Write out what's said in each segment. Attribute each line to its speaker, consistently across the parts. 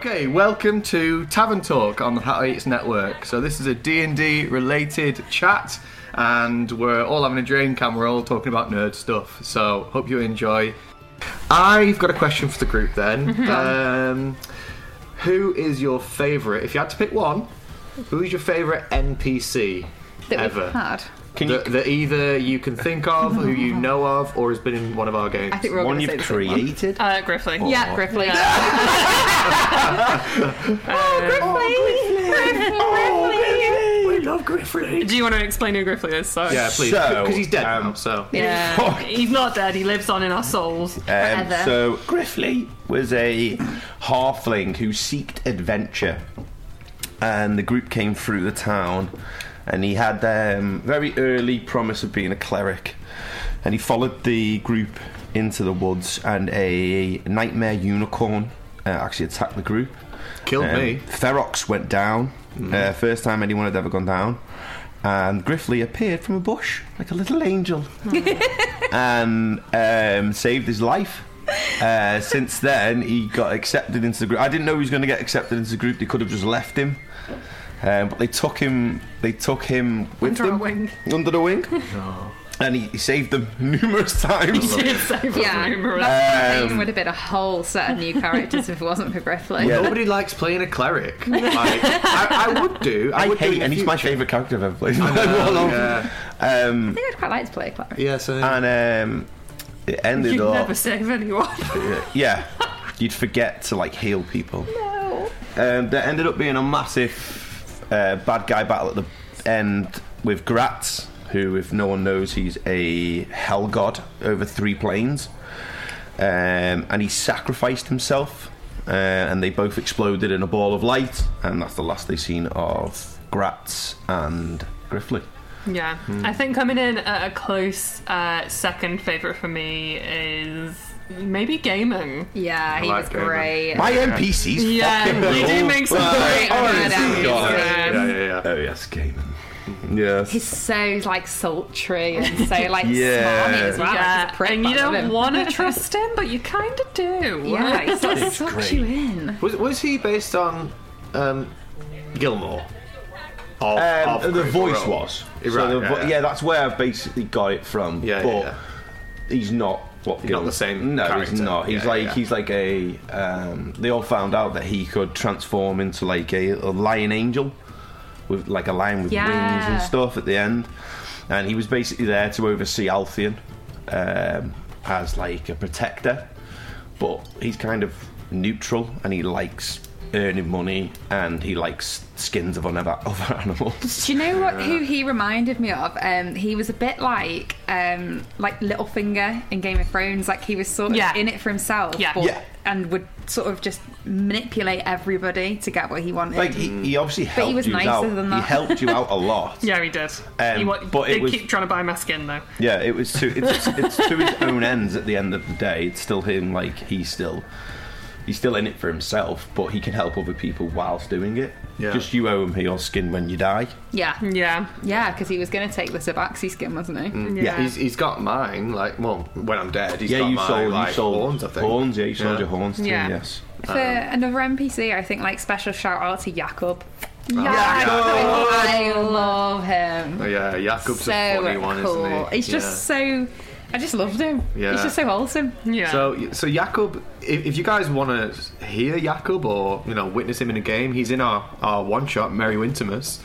Speaker 1: Okay, welcome to Tavern Talk on the Hat Eats Network. So this is a D&D related chat and we're all having a drink and we're all talking about nerd stuff. So hope you enjoy. I've got a question for the group then. Um, who is your favourite? If you had to pick one, who's your favourite NPC
Speaker 2: that
Speaker 1: ever?
Speaker 2: we've had.
Speaker 3: Can you
Speaker 1: that, that either you can think of, who you know of, or has been in one of our games.
Speaker 2: I think we're all
Speaker 3: one
Speaker 2: gonna say
Speaker 3: you've
Speaker 2: the same one.
Speaker 3: created?
Speaker 4: Uh, Griffley.
Speaker 2: Yeah, Griffley. Oh,
Speaker 1: we love Griffin.
Speaker 4: Do you want to explain who Griffley is? Sorry.
Speaker 1: Yeah, please,
Speaker 3: So,
Speaker 1: because he's dead now.
Speaker 3: um,
Speaker 1: So
Speaker 4: Yeah. He's not dead. He lives on in our souls.
Speaker 3: Um,
Speaker 2: Forever.
Speaker 3: so Griffley was a halfling who seeked adventure, and the group came through the town, and he had um, very early promise of being a cleric, and he followed the group into the woods, and a nightmare unicorn uh, actually attacked the group.
Speaker 1: killed
Speaker 3: Um,
Speaker 1: me. Mm.
Speaker 3: Ferox went down, uh, first time anyone had ever gone down, and Griffley appeared from a bush like a little angel and um, saved his life. Uh, since then, he got accepted into the group. I didn't know he was going to get accepted into the group. They could have just left him, um, but they took him. They took him with
Speaker 4: Under a
Speaker 3: them
Speaker 4: wing.
Speaker 3: under the wing, and he, he saved them numerous times.
Speaker 2: Yeah,
Speaker 4: yeah.
Speaker 2: that
Speaker 3: Um,
Speaker 2: um, would have been a whole set of new characters if it wasn't for Griffley.
Speaker 3: Yeah.
Speaker 1: Nobody likes playing a cleric. Like, I, I would do. I,
Speaker 3: I
Speaker 1: would do
Speaker 3: hate,
Speaker 1: in
Speaker 3: and he's my
Speaker 1: future.
Speaker 3: favourite character I've ever played. One
Speaker 1: Oh,
Speaker 3: of-
Speaker 1: yeah.
Speaker 3: um,
Speaker 2: I think I'd quite like to play a cleric.
Speaker 1: Yeah, so
Speaker 3: and um, it ended
Speaker 4: You'd
Speaker 3: up.
Speaker 4: never save anyone.
Speaker 3: yeah, you'd forget to like heal people.
Speaker 2: No.
Speaker 3: Um, there ended up being a massive uh, bad guy battle at the end with Gratz, who, if no one knows, he's a hell god over three planes, um, and he sacrificed himself. Uh, and they both exploded in a ball of light, and that's the last they seen of Gratz and Griffley.
Speaker 4: yeah.
Speaker 3: Hmm.
Speaker 4: I think coming in at a close uh, second favourite for me is maybe gaming.
Speaker 2: Yeah, he
Speaker 1: I like
Speaker 2: was
Speaker 1: Gamer.
Speaker 2: great.
Speaker 3: My NPCs,
Speaker 4: Yeah,
Speaker 3: fucking
Speaker 4: they do
Speaker 3: rule.
Speaker 4: make some
Speaker 2: great
Speaker 3: honest
Speaker 2: NPCs.
Speaker 3: to God.
Speaker 4: Yeah.
Speaker 1: yeah, yeah, yeah.
Speaker 3: Oh yes, gaming. Yes.
Speaker 2: He's so like sultry and so like
Speaker 3: Yeah.
Speaker 2: smarmy as well. Like, he's a
Speaker 4: Yeah,
Speaker 2: prick,
Speaker 4: and
Speaker 2: but
Speaker 4: you
Speaker 2: I love
Speaker 4: don't
Speaker 2: him.
Speaker 4: want to trust him, but you kind of do.
Speaker 2: Yeah, he's like
Speaker 3: It's
Speaker 2: sucks
Speaker 3: great.
Speaker 2: you in.
Speaker 1: Was was he based on um, Gilmore? Of,
Speaker 3: Um,
Speaker 1: of
Speaker 3: the
Speaker 1: Critical
Speaker 3: voice
Speaker 1: Role.
Speaker 3: was.
Speaker 1: Right,
Speaker 3: so the
Speaker 1: yeah,
Speaker 3: vo-
Speaker 1: yeah.
Speaker 3: yeah. that's where I've basically got it from.
Speaker 1: Yeah,
Speaker 3: but
Speaker 1: yeah, yeah.
Speaker 3: he's not what
Speaker 1: He's not
Speaker 3: Gil-
Speaker 1: the same
Speaker 3: No,
Speaker 1: character.
Speaker 3: he's not. He's
Speaker 1: Yeah,
Speaker 3: like
Speaker 1: yeah.
Speaker 3: he's like a. Um, they all found out that he could transform into like a, a lion angel, with like a lion with wings
Speaker 2: Yeah.
Speaker 3: and stuff at the end, and he was basically there to oversee Altheon um, as like a protector, but he's kind of neutral and he likes. Earning money, and he likes skins of other other animals.
Speaker 2: Do you know what who he reminded me of? Um, he was a bit like um, like Littlefinger in Game of Thrones. Like he was sort of
Speaker 4: Yeah.
Speaker 2: in it for himself,
Speaker 4: Yeah.
Speaker 2: but-
Speaker 3: Yeah.
Speaker 2: and would sort of just manipulate everybody to get what he wanted.
Speaker 3: Like he, he obviously helped
Speaker 2: he was
Speaker 3: you
Speaker 2: nicer
Speaker 3: out.
Speaker 2: than
Speaker 3: He
Speaker 2: that.
Speaker 3: helped you out a lot.
Speaker 4: Yeah, he did.
Speaker 3: Um,
Speaker 4: He wa-
Speaker 3: but it
Speaker 4: they
Speaker 3: was-
Speaker 4: keep trying to buy my skin though.
Speaker 3: Yeah, it was to it's, it's to his own ends. At the end of the day, it's still him. Like he's still he's still in it for himself, but he can help other people whilst doing it.
Speaker 1: Yeah.
Speaker 3: Just you owe him your skin when you die.
Speaker 2: yeah,
Speaker 4: Yeah.
Speaker 2: yeah, because he was going to take the Subaxi skin, wasn't he?
Speaker 4: Yeah.
Speaker 1: He's, he's got mine. Like, well, when I'm dead, he's
Speaker 3: yeah,
Speaker 1: got
Speaker 3: you
Speaker 1: my,
Speaker 3: sold
Speaker 1: like,
Speaker 3: you sold
Speaker 1: horns. I think
Speaker 3: horns. Yeah, you sold
Speaker 1: Yeah.
Speaker 3: your horns. To
Speaker 4: Yeah.
Speaker 3: him, yes.
Speaker 2: For
Speaker 1: Um,
Speaker 2: another NPC, I think like special shout out to Jakob.
Speaker 4: Yeah.
Speaker 2: I love him.
Speaker 1: Oh, yeah, Jakob's
Speaker 2: so
Speaker 1: a funny one,
Speaker 2: cool.
Speaker 1: isn't he?
Speaker 2: He's just
Speaker 1: Yeah.
Speaker 2: so. I just loved him.
Speaker 1: Yeah.
Speaker 2: He's just so wholesome.
Speaker 4: Yeah.
Speaker 1: So, so Jakob, if, if you guys want to hear Jakob or you know witness him in a game, he's in our, our one shot Merry Wintermas.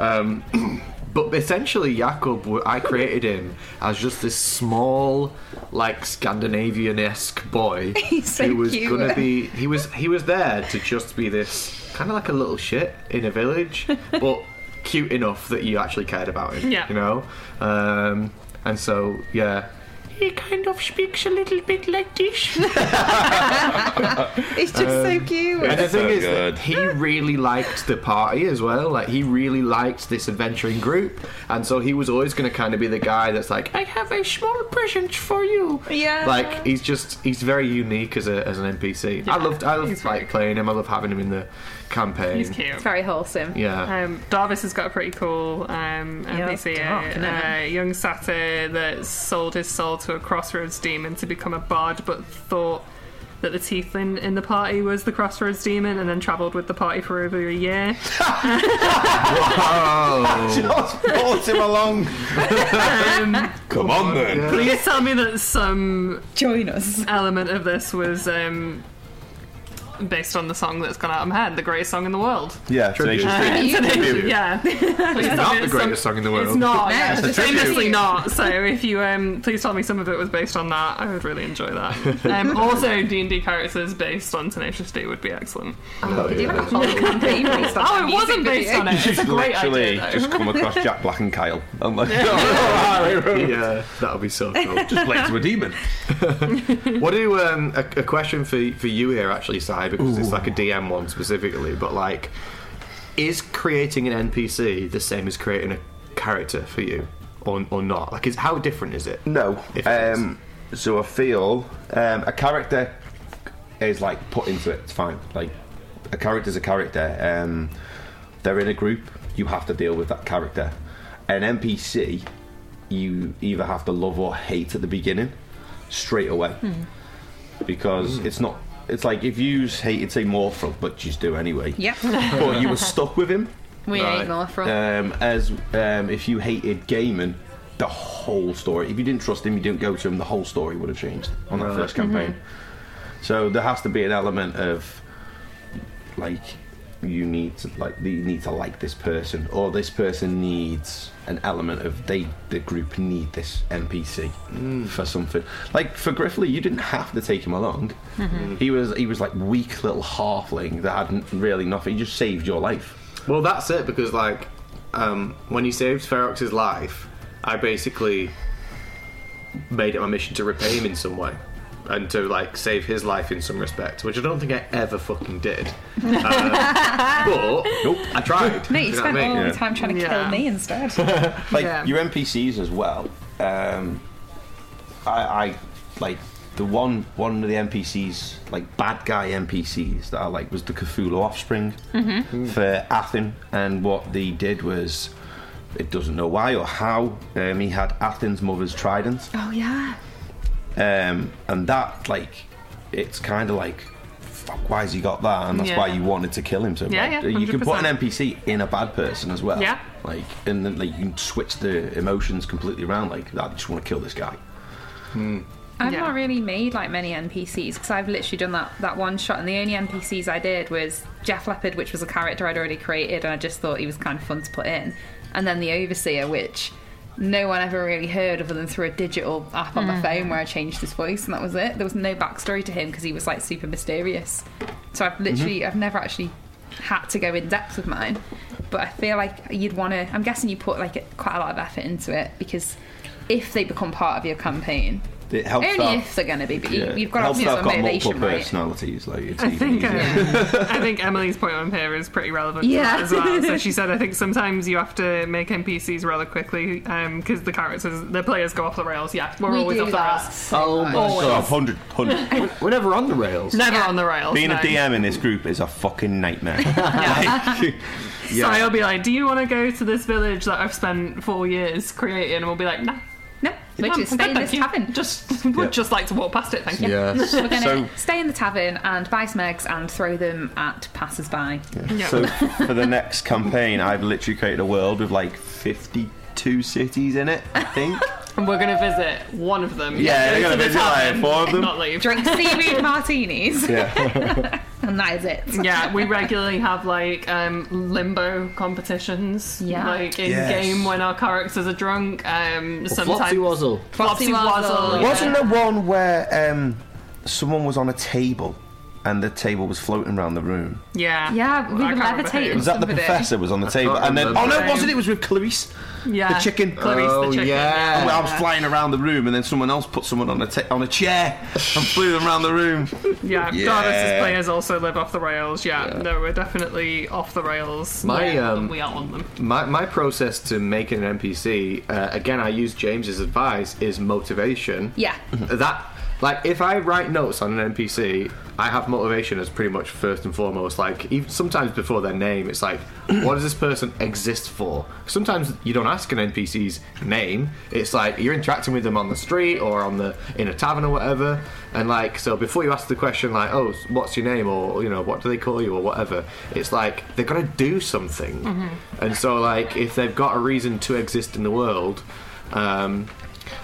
Speaker 1: Um, but essentially, Jakob, w- I created him as just this small, like Scandinavian esque boy
Speaker 2: He's so
Speaker 1: who was
Speaker 2: cute.
Speaker 1: gonna be. He was he was there to just be this kind of like a little shit in a village, but cute enough that you actually cared about him.
Speaker 4: Yeah.
Speaker 1: you know. Um, and so yeah, he kind of speaks a little bit like this.
Speaker 2: He's just so
Speaker 1: Um,
Speaker 2: cute.
Speaker 1: And the thing
Speaker 3: So
Speaker 1: is,
Speaker 3: good.
Speaker 1: that he really liked the party as well. Like he really liked this adventuring group, and so he was always going to kind of be the guy that's like, "I have a small present for you."
Speaker 2: Yeah.
Speaker 1: Like he's just he's very unique as a as an NPC. I loved I loved
Speaker 4: he's very
Speaker 1: like playing him. I love having him in the campaign.
Speaker 4: he's cute.
Speaker 2: It's very wholesome.
Speaker 1: Yeah.
Speaker 4: Um, Darvis has got a pretty cool um, NPC,
Speaker 2: dark, isn't
Speaker 4: uh,
Speaker 2: it?
Speaker 4: young satyr that sold his soul to a crossroads demon to become a bard, but thought that the tiefling in the party was the Crossroads Demon and then travelled with the party for over a year.
Speaker 1: Oh.
Speaker 3: Just brought him along.
Speaker 4: Um,
Speaker 3: Come on then.
Speaker 4: Please tell me that some
Speaker 2: Join us.
Speaker 4: element of this was um, based on the song that's gone out of my head, the greatest song in the world.
Speaker 3: Yeah,
Speaker 1: Tribute.
Speaker 2: You
Speaker 3: Tenacious D.
Speaker 2: do.
Speaker 1: Tribute.
Speaker 4: Yeah. Please tell me
Speaker 1: Not the
Speaker 4: it's some-
Speaker 1: greatest song in the world.
Speaker 4: It's not.
Speaker 2: No,
Speaker 4: yeah,
Speaker 2: it's
Speaker 4: it's
Speaker 2: a tribute.
Speaker 4: famously not. So if you um, please tell me some of it was based on that, I would really enjoy that. Um, also, D and D characters based on Tenacious D would be excellent.
Speaker 1: Oh,
Speaker 2: They do have a
Speaker 1: yeah.
Speaker 2: whole campaign based on
Speaker 4: Oh,
Speaker 2: that
Speaker 4: it wasn't
Speaker 2: music
Speaker 4: based
Speaker 2: video.
Speaker 4: on it. It's a great
Speaker 3: Literally
Speaker 4: idea.
Speaker 3: just
Speaker 4: Though.
Speaker 3: come across Jack Black and Kyle. I'm like, oh,
Speaker 1: Yeah, that'll be so cool.
Speaker 3: just played to a demon.
Speaker 1: What do um, a, a question for for you here actually, Si, because it's like a DM one specifically, but like, is creating an NPC the same as creating a character for you, or or not? Like, is how different is it?
Speaker 3: No.
Speaker 1: If it
Speaker 3: Um, so I feel um, a character is like put into it. It's fine. Like a character's a character. Um, they're in a group. You have to deal with that character. An NPC, you either have to love or hate at the beginning, straight away, because it's not. It's like if you hated say Morphle, but you just do anyway.
Speaker 2: Yep.
Speaker 3: But you were stuck with him.
Speaker 2: We
Speaker 1: Right.
Speaker 2: ain't more from.
Speaker 3: Um, as um, if you hated Gaiman, the whole story. If you didn't trust him, you didn't go to him. The whole story would have changed on that
Speaker 1: Right.
Speaker 3: first campaign. So there has to be an element of like you need to like you need to like this person, or this person needs an element of they the group need this NPC for something. Like for Griffley, you didn't have to take him along. He was he was like weak little halfling that had n- really nothing. He just saved your life.
Speaker 1: Well, that's it because like um, when he saved Ferox's life, I basically made it my mission to repay him in some way and to like save his life in some respect, which I don't think I ever fucking did. Um, but
Speaker 3: Nope.
Speaker 1: I tried.
Speaker 2: Mate, you
Speaker 1: Do know
Speaker 2: spent
Speaker 1: what I
Speaker 2: all
Speaker 1: mean?
Speaker 2: the time trying to
Speaker 4: Yeah.
Speaker 2: kill me instead.
Speaker 3: like
Speaker 4: Yeah.
Speaker 3: your NPCs as well. Um, I, I like the one one of the NPCs, like bad guy NPCs that I like was the Cthulhu offspring for Athen, and what they did was. It doesn't know why or how. Um, he had Athen's mother's trident,
Speaker 2: oh yeah.
Speaker 3: um, and that like, it's kind of like, fuck, why's he got that? And that's
Speaker 4: Yeah.
Speaker 3: why you wanted to kill him so
Speaker 4: Yeah,
Speaker 3: bad.
Speaker 4: yeah,
Speaker 3: you can put
Speaker 4: 100%.
Speaker 3: an NPC in a bad person as well.
Speaker 4: Yeah.
Speaker 3: Like, and then like you can switch the emotions completely around. Like, I just want to kill this guy.
Speaker 2: I've
Speaker 4: Yeah.
Speaker 2: not really made like many NPCs because I've literally done that, that one shot, and the only NPCs I did was Jeff Leopard, which was a character I'd already created, and I just thought he was kind of fun to put in, and then the Overseer, which no one ever really heard other than through a digital app on my phone where I changed his voice, and that was it. There was no backstory to him because he was like super mysterious. So I've literally, I've never actually had to go in depth with mine, but I feel like you'd want to. I'm guessing you put like quite a lot of effort into it because if they become part of your campaign.
Speaker 3: It helps.
Speaker 2: Only
Speaker 3: that-
Speaker 2: if they're going to be, but
Speaker 3: yeah,
Speaker 2: you, you've got
Speaker 3: helps
Speaker 2: to
Speaker 3: that
Speaker 2: have
Speaker 3: I've
Speaker 2: some
Speaker 3: got multiple
Speaker 2: motivation, right?
Speaker 3: personalities. Like, it's
Speaker 4: I
Speaker 3: even
Speaker 4: think
Speaker 3: easier.
Speaker 4: um, I think Emily's point on here is pretty relevant to
Speaker 2: Yeah.
Speaker 4: that as well. So she said, I think sometimes you have to make NPCs rather quickly because the characters, the players go off the rails. Yeah, we're
Speaker 2: We
Speaker 4: always
Speaker 2: do
Speaker 4: off the
Speaker 2: that.
Speaker 4: rails.
Speaker 1: Oh my
Speaker 4: Always.
Speaker 3: So, 100, 100.
Speaker 1: We're never on the rails.
Speaker 4: Never
Speaker 2: Yeah.
Speaker 4: on the rails.
Speaker 3: Being a
Speaker 4: no.
Speaker 3: DM in this group is a fucking nightmare. Like,
Speaker 4: So I'll be like, "Do you want to go to this village that I've spent four years creating?" And we'll be like, "No,
Speaker 2: No, which
Speaker 4: Mum,
Speaker 2: is stay in
Speaker 4: thank
Speaker 2: this
Speaker 4: you.
Speaker 2: tavern.
Speaker 4: Just would
Speaker 3: Yeah.
Speaker 4: just like to walk past it. Thank you."
Speaker 1: Yes.
Speaker 2: We're going
Speaker 3: So-
Speaker 2: to stay in the tavern and buy smegs and throw them at passers-by.
Speaker 4: Yeah.
Speaker 3: So for the next campaign, I've literally created a world with like 52 cities in it, I think.
Speaker 4: And we're gonna visit one of them.
Speaker 3: Yeah,
Speaker 4: Go
Speaker 3: they're gonna
Speaker 4: to the
Speaker 3: visit, like,
Speaker 4: tavern,
Speaker 3: four of them.
Speaker 4: Not leave.
Speaker 2: Drink seaweed martinis,
Speaker 3: Yeah. Mm-hmm.
Speaker 2: and that is it.
Speaker 4: Yeah, we regularly have like um, limbo competitions.
Speaker 2: Yeah.
Speaker 4: like in
Speaker 3: Yes.
Speaker 4: game when our characters are drunk. Um, sometimes
Speaker 1: Wazzle.
Speaker 4: Flopsy
Speaker 2: Flopsy
Speaker 4: Wazzle.
Speaker 2: Wazzle.
Speaker 4: yeah.
Speaker 3: Wasn't there one where um, someone was on a table and the table was floating around the room?
Speaker 4: Yeah,
Speaker 2: Yeah, we
Speaker 4: I
Speaker 2: were
Speaker 4: can't remember who.
Speaker 2: levitating.
Speaker 3: Was that the
Speaker 2: Somebody.
Speaker 3: professor was on the table?
Speaker 1: can't
Speaker 3: And then, oh
Speaker 1: remember.
Speaker 3: no, it wasn't. It was with Clarice,
Speaker 4: Yeah,
Speaker 3: the chicken.
Speaker 4: Clarice the
Speaker 1: Oh,
Speaker 4: chicken,
Speaker 1: yeah.
Speaker 3: Well, I was flying around the room, and then someone else put someone on a ta- on a chair and flew them around the room.
Speaker 4: Yeah,
Speaker 3: Yeah.
Speaker 4: goddesses players also live off the rails. Yeah, no, we're definitely off the rails.
Speaker 1: My,
Speaker 4: yeah,
Speaker 1: um,
Speaker 4: we are on them.
Speaker 1: My, my process to making an NPC, uh, again, I use James's advice, is motivation.
Speaker 2: Yeah.
Speaker 1: That Like, if I write notes on an NPC, I have motivation as pretty much first and foremost. Like, even sometimes before their name, it's like, what does this person exist for? Sometimes you don't ask an NPC's name. It's like you're interacting with them on the street or on the in a tavern or whatever. And like, so before you ask the question, like, oh, what's your name, or you know, what do they call you, or whatever, it's like they're gonna do something. And so, like, if they've got a reason to exist in the world. Um,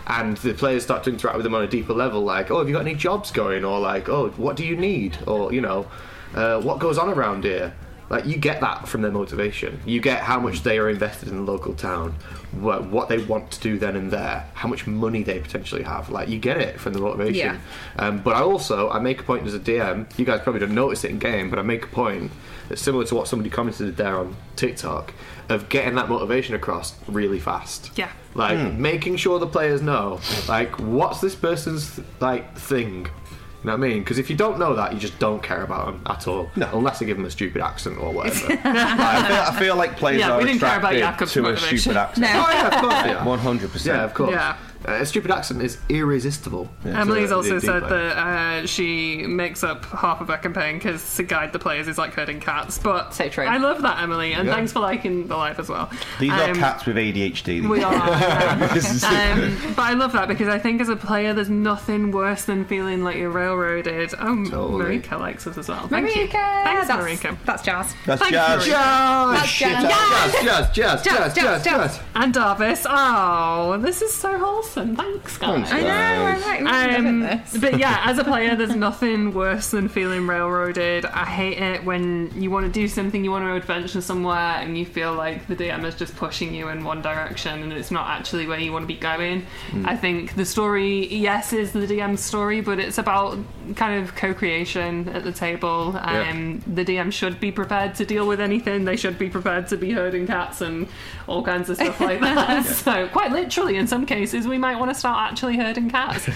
Speaker 1: and the players start to interact with them on a deeper level, like, oh, have you got any jobs going? Or like, oh, what do you need? Or you know, uh, what goes on around here? Like, you get that from their motivation. You get how much they are invested in the local town, what, what they want to do then and there, how much money they potentially have. Like, you get it from the motivation. Um, but I also I make a point as a DM. You guys probably don't notice it in game, but I make a point that's similar to what somebody commented there on TikTok of getting that motivation across really fast
Speaker 4: Yeah.
Speaker 1: like making sure the players know like what's this person's like thing you know what I mean? Because if you don't know that, you just don't care about them at all.
Speaker 3: No.
Speaker 1: Unless they give them a stupid accent or whatever. oh,
Speaker 3: I, feel, I feel like players
Speaker 4: Yeah,
Speaker 3: are
Speaker 4: we didn't care about
Speaker 3: attracted
Speaker 4: Jakob's
Speaker 3: to a
Speaker 4: motivation.
Speaker 3: stupid accent.
Speaker 1: Oh, yeah, of course they are.
Speaker 3: One hundred percent.
Speaker 1: Yeah, of course.
Speaker 4: Yeah.
Speaker 1: Uh, a stupid accent is irresistible.
Speaker 4: Emily's
Speaker 1: to a
Speaker 4: also
Speaker 1: D&D
Speaker 4: said
Speaker 1: player.
Speaker 4: that uh, she makes up half of her campaign because to guide the players is like herding cats. But
Speaker 2: So true.
Speaker 4: I love that, Emily, and
Speaker 1: Yeah.
Speaker 4: thanks for liking the life as well.
Speaker 3: These are
Speaker 4: Um,
Speaker 3: cats with ADHD.
Speaker 4: We are. yeah.
Speaker 3: This is-
Speaker 4: um, but I love that because I think as a player, there's nothing worse than feeling like you're railroaded. Oh,
Speaker 1: Totally.
Speaker 4: Marika likes us as well. Thank you.
Speaker 2: Marika!
Speaker 4: Thanks,
Speaker 2: that's,
Speaker 4: Marika.
Speaker 2: That's jazz.
Speaker 3: That's
Speaker 4: Thank
Speaker 3: jazz.
Speaker 4: you.
Speaker 1: Jazz,
Speaker 2: That's
Speaker 1: shit,
Speaker 2: jazz.
Speaker 1: jazz, jazz, jazz, jazz, jazz,
Speaker 2: jazz,
Speaker 1: jazz.
Speaker 4: And Darvis. Oh, this is so wholesome. Thanks, guys.
Speaker 2: I know, I like
Speaker 4: Um,
Speaker 2: loving this.
Speaker 4: but yeah, as a player, there's nothing worse than feeling railroaded. I hate it when you want to do something, you want to adventure somewhere, and you feel like the DM is just pushing you in one direction and it's not actually where you want to be going. I think the story, yes, is the DM's story, but it's about kind of co creation at the table.
Speaker 1: Yeah.
Speaker 4: Um, The DM should be prepared to deal with anything, they should be prepared to be herding cats and all kinds of stuff like that. So, quite literally, in some cases, we might want to start actually herding cats.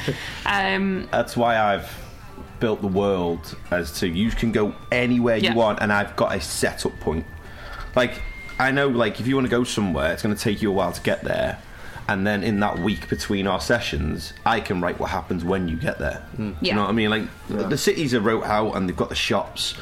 Speaker 4: Um,
Speaker 3: That's why I've built the world as to you can go anywhere
Speaker 4: Yeah.
Speaker 3: you want, and I've got a setup point. Like I know, like if you want to go somewhere, it's going to take you a while to get there, and then in that week between our sessions, I can write what happens when you get there. You
Speaker 2: Yeah.
Speaker 3: know what I mean? Like the cities are wrote out, and they've got the shops.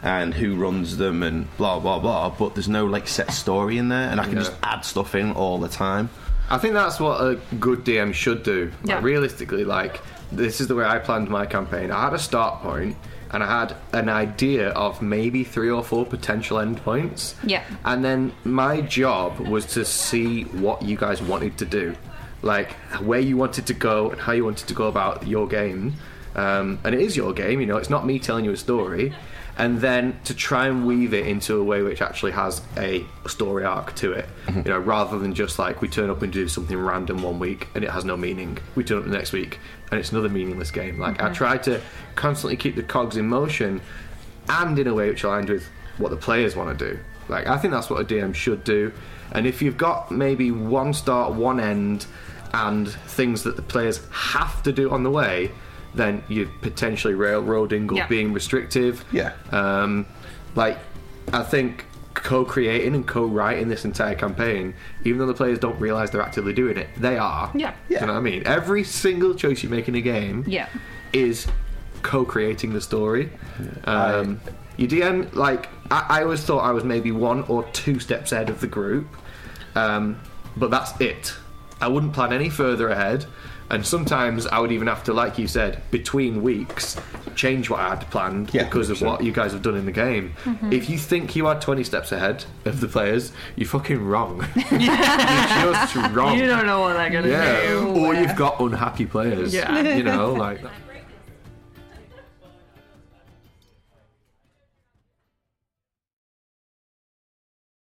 Speaker 3: And who runs them and blah blah blah, but there's no like set story in there, and I can
Speaker 1: Yeah.
Speaker 3: just add stuff in all the time.
Speaker 1: I think that's what a good DM should do. Like,
Speaker 4: Yeah.
Speaker 1: Realistically, like this is the way I planned my campaign. I had a start point and I had an idea of maybe three or four potential endpoints.
Speaker 2: Yeah.
Speaker 1: And then my job was to see what you guys wanted to do, like where you wanted to go and how you wanted to go about your game. Um, and it is your game, you know. It's not me telling you a story. And then to try and weave it into a way which actually has a story arc to it, you know, rather than just like we turn up and do something random one week and it has no meaning. We turn up the next week and it's another meaningless game. Like I try to constantly keep the cogs in motion and in a way which aligned with what the players want to do. Like I think that's what a DM should do. And if you've got maybe one start, one end, and things that the players have to do on the way, then you're potentially railroading or
Speaker 4: Yeah.
Speaker 1: being restrictive.
Speaker 3: Yeah.
Speaker 1: Um, like I think co-creating and co-writing this entire campaign, even though the players don't realize they're actively doing it, they are.
Speaker 4: Yeah.
Speaker 1: Do you know what I mean? Every single choice you make in a game
Speaker 2: Yeah.
Speaker 1: is co-creating the story. Um, your DM, like, I, I always thought I was maybe one or two steps ahead of the group, um, but that's it. I wouldn't plan any further ahead, and sometimes I would even have to, like you said, between weeks, change what I had planned
Speaker 3: Yeah,
Speaker 1: because of
Speaker 3: 100%.
Speaker 1: what you guys have done in the game.
Speaker 4: Mm-hmm.
Speaker 1: If you think you are 20 steps ahead of the players, you're fucking wrong. you're just wrong.
Speaker 4: you don't know what they're going to
Speaker 1: Yeah,
Speaker 4: do.
Speaker 1: or you've got unhappy players.
Speaker 4: Yeah.
Speaker 1: you know, like